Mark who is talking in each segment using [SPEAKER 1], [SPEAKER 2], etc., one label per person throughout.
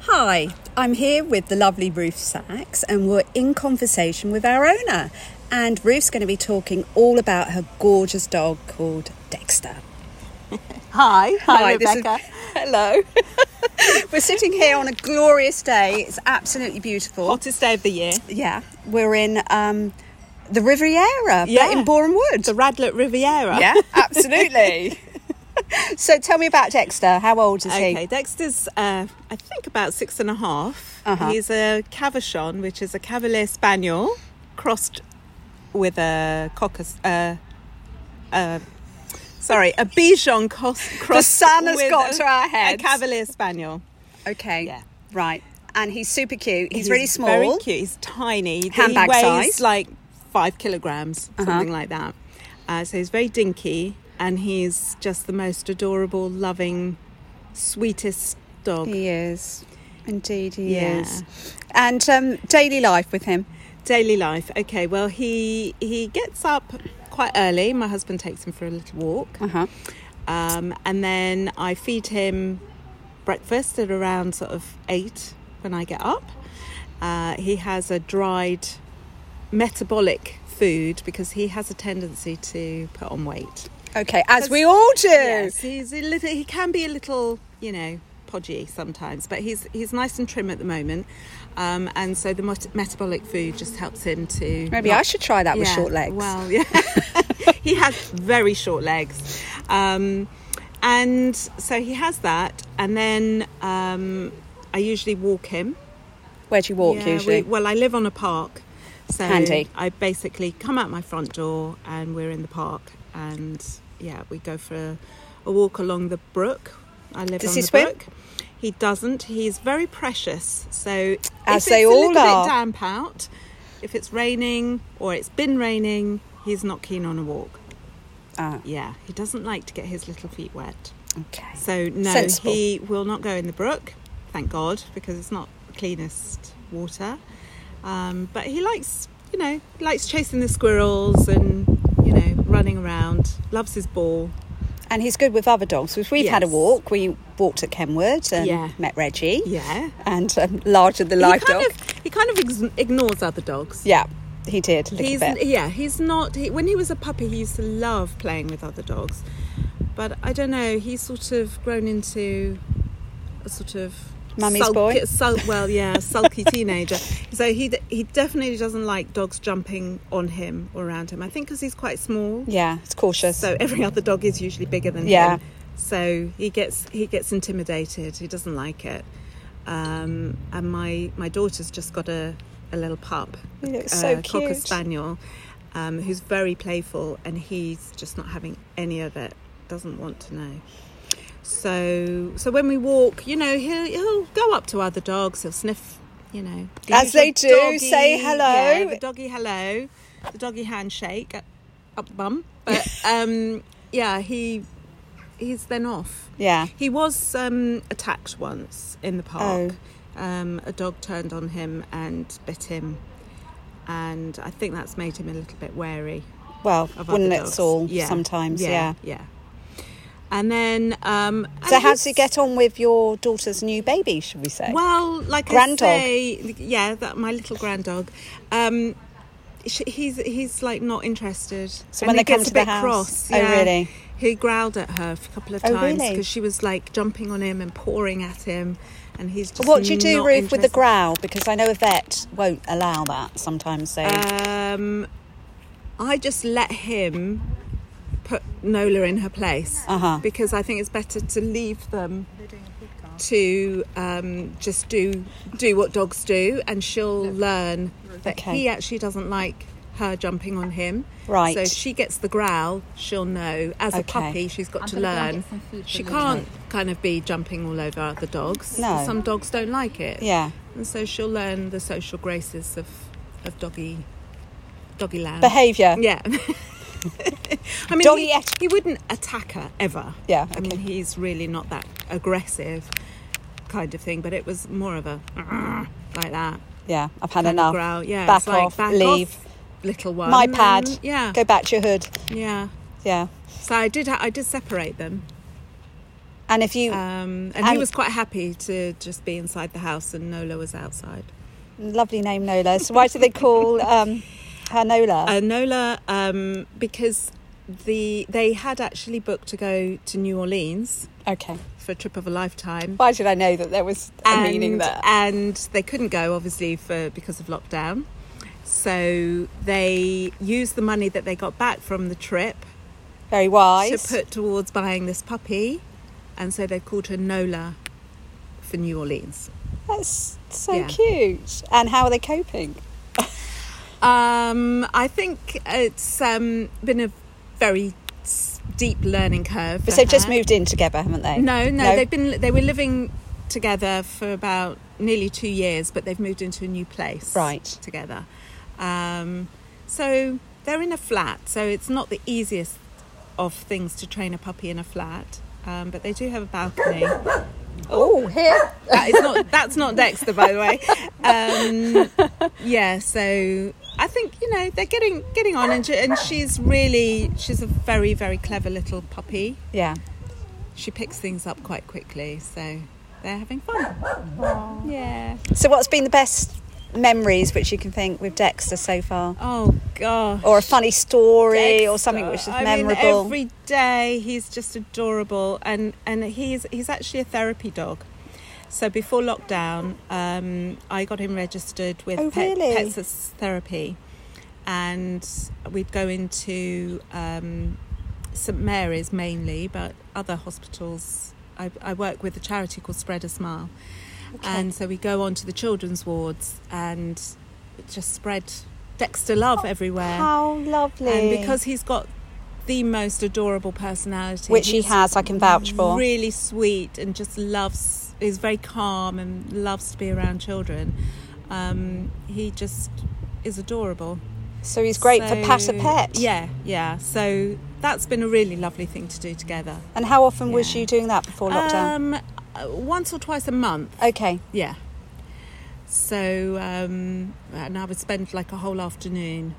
[SPEAKER 1] Hi, I'm here with the lovely Ruth Sachs, and we're in conversation with our owner. And Ruth's going to be talking all about her gorgeous dog called Dexter.
[SPEAKER 2] Hi, hi,
[SPEAKER 1] this is-
[SPEAKER 2] Rebecca.
[SPEAKER 1] hello. we're sitting here on a glorious day. It's absolutely beautiful.
[SPEAKER 2] Hottest day of the year.
[SPEAKER 1] Yeah, we're in um, the Riviera, yeah.
[SPEAKER 2] Yeah.
[SPEAKER 1] in Boreham Wood.
[SPEAKER 2] The Radlett Riviera.
[SPEAKER 1] yeah, absolutely. so tell me about Dexter. How old is
[SPEAKER 2] Okay,
[SPEAKER 1] he?
[SPEAKER 2] Dexter's, uh, I think, about six and a half.
[SPEAKER 1] Uh-huh.
[SPEAKER 2] He's a Cavachon, which is a Cavalier Spaniel crossed with a Cocker. Uh, uh, sorry, a Bichon cross. crossed
[SPEAKER 1] sun has
[SPEAKER 2] with
[SPEAKER 1] got to our heads.
[SPEAKER 2] A Cavalier Spaniel.
[SPEAKER 1] Okay.
[SPEAKER 2] Yeah.
[SPEAKER 1] Right. And he's super cute. He's, really small.
[SPEAKER 2] Very cute. He's tiny.
[SPEAKER 1] Handbag
[SPEAKER 2] he
[SPEAKER 1] size. Uh-huh.
[SPEAKER 2] weighs like five kilograms, something like that. Uh, so he's very dinky, and he's just the most adorable, loving, sweetest dog.
[SPEAKER 1] He is. Indeed, he
[SPEAKER 2] Yeah.
[SPEAKER 1] is. And um, daily life with him.
[SPEAKER 2] Daily life. Okay. Well, he he gets up quite early. My husband takes him for a little walk,
[SPEAKER 1] huh.
[SPEAKER 2] um, and then I feed him breakfast at around sort of eight when I get up. Uh, he has a dried metabolic food because he has a tendency to put on weight.
[SPEAKER 1] Okay, as we all do.
[SPEAKER 2] Yes, he's a little. He can be a little, you know, podgy sometimes, but he's he's nice and trim at the moment, um, and so the mot- metabolic food just helps him to
[SPEAKER 1] Maybe I should try that with
[SPEAKER 2] yeah,
[SPEAKER 1] short legs.
[SPEAKER 2] Well, yeah, he has very short legs, um, and so he has that, and then um, I usually walk him.
[SPEAKER 1] Where do you walk
[SPEAKER 2] Yeah, we-
[SPEAKER 1] usually?
[SPEAKER 2] well, I live on a park, so
[SPEAKER 1] Handy.
[SPEAKER 2] I basically come out my front door and we're in the park, and yeah, we go for a, a walk along the brook. I live
[SPEAKER 1] Does
[SPEAKER 2] on
[SPEAKER 1] he
[SPEAKER 2] the
[SPEAKER 1] swim?
[SPEAKER 2] brook. He doesn't. He's very precious. So
[SPEAKER 1] As
[SPEAKER 2] if
[SPEAKER 1] they
[SPEAKER 2] it's
[SPEAKER 1] all
[SPEAKER 2] a little
[SPEAKER 1] are.
[SPEAKER 2] bit damp out, if it's raining or it's been raining, he's not keen on a walk.
[SPEAKER 1] Ah,
[SPEAKER 2] Yeah, he doesn't like to get his little feet wet.
[SPEAKER 1] okay.
[SPEAKER 2] So no,
[SPEAKER 1] Sensible.
[SPEAKER 2] he will not go in the brook. Thank God, because it's not the cleanest water. Um, but he likes, you know, he likes chasing the squirrels and you know running around. Loves his ball.
[SPEAKER 1] And he's good with other dogs. Because we've had a
[SPEAKER 2] Yes.
[SPEAKER 1] walk. We walked at Kenwood and
[SPEAKER 2] Yeah.
[SPEAKER 1] met Reggie.
[SPEAKER 2] Yeah.
[SPEAKER 1] And um, larger than
[SPEAKER 2] He
[SPEAKER 1] life
[SPEAKER 2] kind
[SPEAKER 1] dog.
[SPEAKER 2] of he kind of ex- ignores other dogs.
[SPEAKER 1] Yeah, he did. A little
[SPEAKER 2] He's
[SPEAKER 1] bit.
[SPEAKER 2] yeah, he's not. He, when he was a puppy, he used to love playing with other dogs, but I don't know. He's sort of grown into a sort of
[SPEAKER 1] Mummy's boy?
[SPEAKER 2] sul- well, yeah, sulky teenager. So he d- he definitely doesn't like dogs jumping on him or around him. I think because he's quite small,
[SPEAKER 1] Yeah, it's cautious.
[SPEAKER 2] so every other dog is usually bigger than
[SPEAKER 1] Yeah.
[SPEAKER 2] him. So he gets he gets intimidated. He doesn't like it. Um, and my my daughter's just got a a little pup,
[SPEAKER 1] He looks so
[SPEAKER 2] cocker
[SPEAKER 1] cute.
[SPEAKER 2] spaniel, um, who's very playful, and he's just not having any of it. Doesn't want to know. So so when we walk, you know, he'll he'll go up to other dogs. He'll sniff. You know, the
[SPEAKER 1] As they
[SPEAKER 2] usual
[SPEAKER 1] do, say
[SPEAKER 2] yeah,
[SPEAKER 1] hello.
[SPEAKER 2] the doggy hello, the doggy handshake up, up the bum. But um, yeah, he he's then off.
[SPEAKER 1] yeah.
[SPEAKER 2] He was um, attacked once in the park.
[SPEAKER 1] Oh.
[SPEAKER 2] Um, a dog turned on him and bit him, and I think that's made him a little bit wary
[SPEAKER 1] Well,
[SPEAKER 2] of other
[SPEAKER 1] wouldn't
[SPEAKER 2] dogs.
[SPEAKER 1] it all sometimes? yeah.
[SPEAKER 2] yeah. And then, um,
[SPEAKER 1] So,
[SPEAKER 2] and
[SPEAKER 1] how does he
[SPEAKER 2] he's-
[SPEAKER 1] get on with your daughter's new baby, should we say?
[SPEAKER 2] Well, like
[SPEAKER 1] Grand dog.
[SPEAKER 2] I say, yeah, that my little grand dog. Um, sh- he's he's like not interested.
[SPEAKER 1] So
[SPEAKER 2] And
[SPEAKER 1] when
[SPEAKER 2] he
[SPEAKER 1] they come
[SPEAKER 2] gets
[SPEAKER 1] to the
[SPEAKER 2] a bit
[SPEAKER 1] house-
[SPEAKER 2] cross,
[SPEAKER 1] oh,
[SPEAKER 2] yeah.
[SPEAKER 1] really?
[SPEAKER 2] He growled at her a couple of
[SPEAKER 1] Oh,
[SPEAKER 2] times
[SPEAKER 1] really?
[SPEAKER 2] she was like jumping on him and pawing at him, and he's just
[SPEAKER 1] what do you do,
[SPEAKER 2] not
[SPEAKER 1] Ruth, with the
[SPEAKER 2] interested.
[SPEAKER 1] growl? Because I know a vet won't allow that sometimes. They
[SPEAKER 2] Um, I just let him put Nola in her place
[SPEAKER 1] Uh-huh.
[SPEAKER 2] because I think it's better to leave them to um, just do do what dogs do, and she'll learn that
[SPEAKER 1] Okay.
[SPEAKER 2] he actually doesn't like her jumping on him.
[SPEAKER 1] Right.
[SPEAKER 2] So if she gets the growl, she'll know. As a
[SPEAKER 1] Okay.
[SPEAKER 2] puppy, she's got to learn. She can't kind of be jumping all over other dogs.
[SPEAKER 1] No.
[SPEAKER 2] Some dogs don't like it.
[SPEAKER 1] yeah.
[SPEAKER 2] And so she'll learn the social graces of, of doggy doggy land.
[SPEAKER 1] Behaviour.
[SPEAKER 2] uh, Yeah. I mean,
[SPEAKER 1] Doggy
[SPEAKER 2] he,
[SPEAKER 1] act-
[SPEAKER 2] he wouldn't attack her ever.
[SPEAKER 1] Yeah,
[SPEAKER 2] I mean, he's really not that aggressive kind of thing, but it was more of a like that.
[SPEAKER 1] Yeah, I've had
[SPEAKER 2] kind of
[SPEAKER 1] enough.
[SPEAKER 2] Growl. Yeah,
[SPEAKER 1] back
[SPEAKER 2] it's like,
[SPEAKER 1] off,
[SPEAKER 2] back
[SPEAKER 1] leave.
[SPEAKER 2] off, little one.
[SPEAKER 1] My pad.
[SPEAKER 2] and- yeah.
[SPEAKER 1] Go back to your hood.
[SPEAKER 2] Yeah.
[SPEAKER 1] Yeah.
[SPEAKER 2] So I did. Ha- I did separate them.
[SPEAKER 1] And if you
[SPEAKER 2] Um, and, he
[SPEAKER 1] And-
[SPEAKER 2] was quite happy to just be inside the house, and Nola was outside.
[SPEAKER 1] lovely name Nola, so why do they call um, her Nola?
[SPEAKER 2] Uh, Nola, um, because the they had actually booked to go to New Orleans
[SPEAKER 1] okay.
[SPEAKER 2] for a trip of a lifetime.
[SPEAKER 1] Why did I know that there was a
[SPEAKER 2] and,
[SPEAKER 1] meaning there?
[SPEAKER 2] And they couldn't go, obviously, for because of lockdown. So they used the money that they got back from the trip
[SPEAKER 1] Very wise.
[SPEAKER 2] to put towards buying this puppy, and so they called her Nola for New Orleans.
[SPEAKER 1] That's so
[SPEAKER 2] Yeah.
[SPEAKER 1] cute. And how are they coping?
[SPEAKER 2] Um, I think it's um, been a very s- deep learning curve.
[SPEAKER 1] But
[SPEAKER 2] for
[SPEAKER 1] they've just
[SPEAKER 2] her.
[SPEAKER 1] moved in together, haven't they?
[SPEAKER 2] Uh-huh. No, no,
[SPEAKER 1] No.
[SPEAKER 2] they've been they were living together for about nearly two years, but they've moved into a new place.
[SPEAKER 1] Right.
[SPEAKER 2] together. Um, so they're in a flat, so it's not the easiest of things to train a puppy in a flat. Um, but they do have a balcony.
[SPEAKER 1] Oh, here.
[SPEAKER 2] That is not that's not Dexter, by the way. Um, yeah, so I think you know they're getting getting on, and, she, and she's really she's a very very clever little puppy
[SPEAKER 1] Yeah.
[SPEAKER 2] she picks things up quite quickly, so they're having fun. Yeah.
[SPEAKER 1] So, what's been the best memories which you can think with Dexter so far?
[SPEAKER 2] Oh gosh.
[SPEAKER 1] Or a funny story or
[SPEAKER 2] Dexter.
[SPEAKER 1] something which is
[SPEAKER 2] I mean,
[SPEAKER 1] memorable?
[SPEAKER 2] every day he's just adorable, and and he's he's actually a therapy dog. So before lockdown, um, I got him registered with
[SPEAKER 1] Oh,
[SPEAKER 2] Pet-
[SPEAKER 1] really?
[SPEAKER 2] Pets as Therapy, and we'd go into um, St Mary's mainly, but other hospitals. I, I work with a charity called Spread a Smile, and so we go on to the children's wards and just spread Dexter love everywhere.
[SPEAKER 1] How lovely.
[SPEAKER 2] And because he's got the most adorable personality,
[SPEAKER 1] which he
[SPEAKER 2] he's
[SPEAKER 1] has, I can vouch for.
[SPEAKER 2] Really sweet and just loves. Is very calm and loves to be around children. Um, he just is adorable.
[SPEAKER 1] so he's great for
[SPEAKER 2] So-
[SPEAKER 1] pat a pet.
[SPEAKER 2] Yeah, yeah. So that's been a really lovely thing to do together.
[SPEAKER 1] And how often was
[SPEAKER 2] Yeah.
[SPEAKER 1] you doing that before lockdown?
[SPEAKER 2] Um, uh, once or twice a month.
[SPEAKER 1] okay.
[SPEAKER 2] Yeah. So, um, and I would spend like a whole afternoon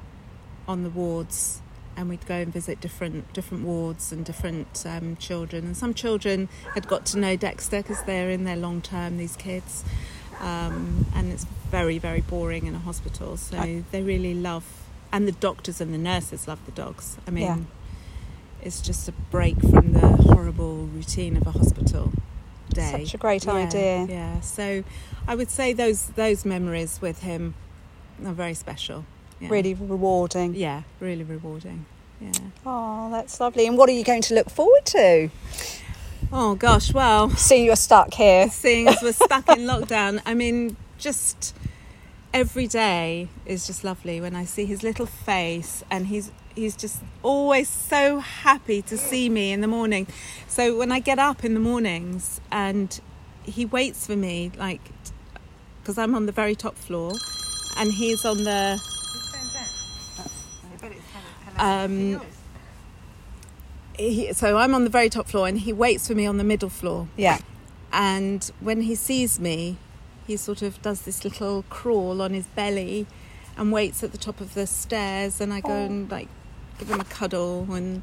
[SPEAKER 2] on the wards, and we'd go and visit different different wards and different um, children. And some children had got to know Dexter because they're in there long term. These kids, um, and it's very very boring in a hospital. So
[SPEAKER 1] I-
[SPEAKER 2] they really love, and the doctors and the nurses love the dogs. I mean.
[SPEAKER 1] Yeah.
[SPEAKER 2] It's just a break from the horrible routine of a hospital day.
[SPEAKER 1] Such a great idea.
[SPEAKER 2] Yeah. So I would say those those memories with him are very special. Yeah.
[SPEAKER 1] Really rewarding.
[SPEAKER 2] Yeah, really rewarding. Yeah.
[SPEAKER 1] Oh, that's lovely. And what are you going to look forward to?
[SPEAKER 2] Oh gosh, well,
[SPEAKER 1] Seeing you're stuck here.
[SPEAKER 2] seeing as we're stuck in lockdown, I mean, just every day is just lovely when I see his little face and he's he's just always so happy to see me in the morning. So when I get up in the mornings and he waits for me like because I'm on the very top floor and he's on the um he, so I'm on the very top floor and he waits for me on the middle floor
[SPEAKER 1] Yeah.
[SPEAKER 2] and when he sees me, he sort of does this little crawl on his belly and waits at the top of the stairs. And I go
[SPEAKER 1] Oh.
[SPEAKER 2] and like give him a cuddle, and,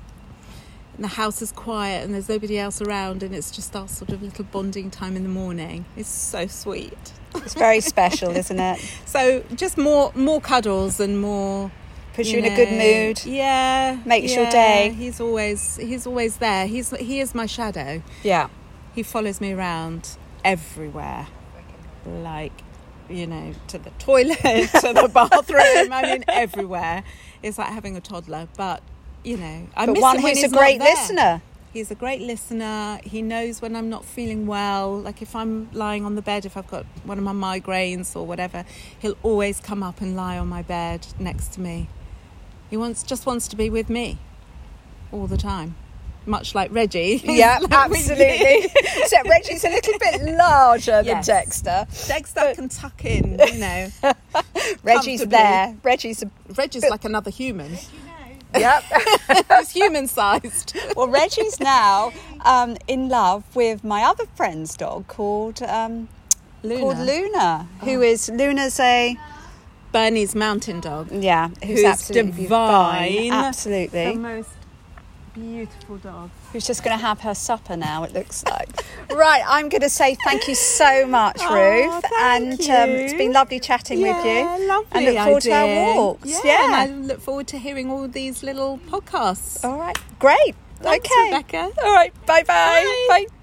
[SPEAKER 2] and the house is quiet and there's nobody else around, and it's just our sort of little bonding time in the morning. It's so sweet.
[SPEAKER 1] It's very special, isn't it?
[SPEAKER 2] So just more more cuddles and more.
[SPEAKER 1] Puts you in a good
[SPEAKER 2] know,
[SPEAKER 1] mood.
[SPEAKER 2] Yeah,
[SPEAKER 1] Makes your
[SPEAKER 2] yeah.
[SPEAKER 1] day.
[SPEAKER 2] He's always he's always there. He's he is my shadow.
[SPEAKER 1] Yeah.
[SPEAKER 2] He follows me around everywhere, like you know, to the toilet, to the bathroom. I mean, everywhere. It's like having a toddler, but you know, I
[SPEAKER 1] But
[SPEAKER 2] miss
[SPEAKER 1] one
[SPEAKER 2] him when
[SPEAKER 1] who's a
[SPEAKER 2] he's not
[SPEAKER 1] great
[SPEAKER 2] there.
[SPEAKER 1] listener.
[SPEAKER 2] He's a great listener. He knows when I'm not feeling well. Like if I'm lying on the bed, if I've got one of my migraines or whatever, he'll always come up and lie on my bed next to me. He wants just wants to be with me all the time, much like Reggie.
[SPEAKER 1] Yeah,
[SPEAKER 2] Like with you.
[SPEAKER 1] absolutely. Except Reggie's a little bit larger
[SPEAKER 2] Yes.
[SPEAKER 1] than Dexter.
[SPEAKER 2] Dexter can tuck in, you know.
[SPEAKER 1] Reggie's
[SPEAKER 2] Comfortably.
[SPEAKER 1] there. Reggie's a,
[SPEAKER 2] Reggie's like another human.
[SPEAKER 1] yep.
[SPEAKER 2] He's human sized.
[SPEAKER 1] well, Reggie's now um, in love with my other friend's dog called um,
[SPEAKER 2] Luna.
[SPEAKER 1] called Luna, Oh. who is Luna's a
[SPEAKER 2] Bernie's mountain dog. eh?
[SPEAKER 1] yeah, who's,
[SPEAKER 2] Who's
[SPEAKER 1] absolutely
[SPEAKER 2] divine.
[SPEAKER 1] Absolutely.
[SPEAKER 2] most beautiful dog.
[SPEAKER 1] Who's just going to have her supper now, it looks like. right, I'm going to say thank you so much,
[SPEAKER 2] Oh,
[SPEAKER 1] Ruth. and
[SPEAKER 2] thank
[SPEAKER 1] Um, it's
[SPEAKER 2] you.
[SPEAKER 1] been lovely chatting with
[SPEAKER 2] Yeah,
[SPEAKER 1] you.
[SPEAKER 2] Lovely.
[SPEAKER 1] And look forward to our
[SPEAKER 2] idea.
[SPEAKER 1] walks.
[SPEAKER 2] Yeah,
[SPEAKER 1] Yeah.
[SPEAKER 2] And I look forward to hearing all these little podcasts.
[SPEAKER 1] All right, great.
[SPEAKER 2] Thanks,
[SPEAKER 1] okay.
[SPEAKER 2] Rebecca.
[SPEAKER 1] All right, bye-bye.
[SPEAKER 2] Bye.
[SPEAKER 1] Bye.